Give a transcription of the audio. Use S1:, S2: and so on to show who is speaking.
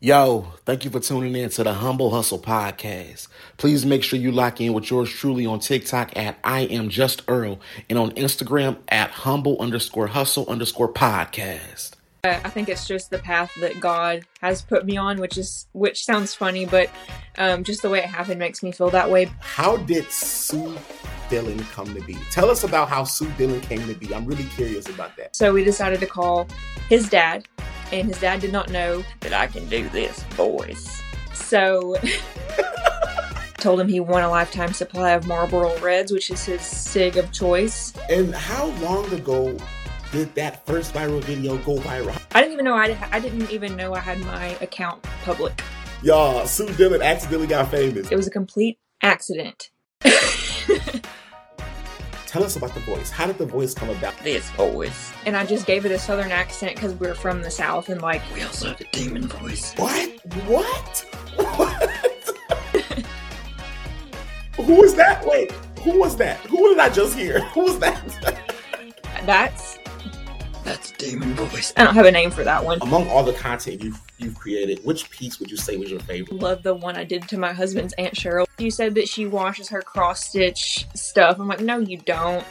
S1: Yo, thank you for tuning in to the Humble Hustle Podcast. Please make sure you lock in with yours truly on TikTok at I am just Earl and on Instagram at humble underscore hustle underscore podcast.
S2: But I think it's just the path that God has put me on, which is which sounds funny, but um, just the way it happened makes me feel that way.
S3: How did Sue Dillon come to be? Tell us about how Sue Dillon came to be. I'm really curious about that.
S2: So we decided to call his dad, and his dad did not know that I can do this voice. So told him he won a lifetime supply of Marlboro Reds, which is his cig of choice.
S3: And how long ago did that first viral video go viral?
S2: I didn't even know I, I didn't even know I had my account public.
S3: Y'all, Sue Dillon accidentally got famous.
S2: It was a complete accident.
S3: Tell us about the voice. How did the voice come about?
S4: this voice.
S2: and I just gave it a southern accent because we're from the south and like
S4: We also have a demon voice.
S3: What? What? What? Who was that? Wait, who was that? Who did I just hear? Who was that?
S2: that's
S4: That's demon voice.
S2: I don't have a name for that one.
S3: Among all the content you've you've created, which piece would you say was your favorite?
S2: Love the one I did to my husband's aunt Cheryl. You said that she washes her cross stitch stuff. I'm like, no, you don't.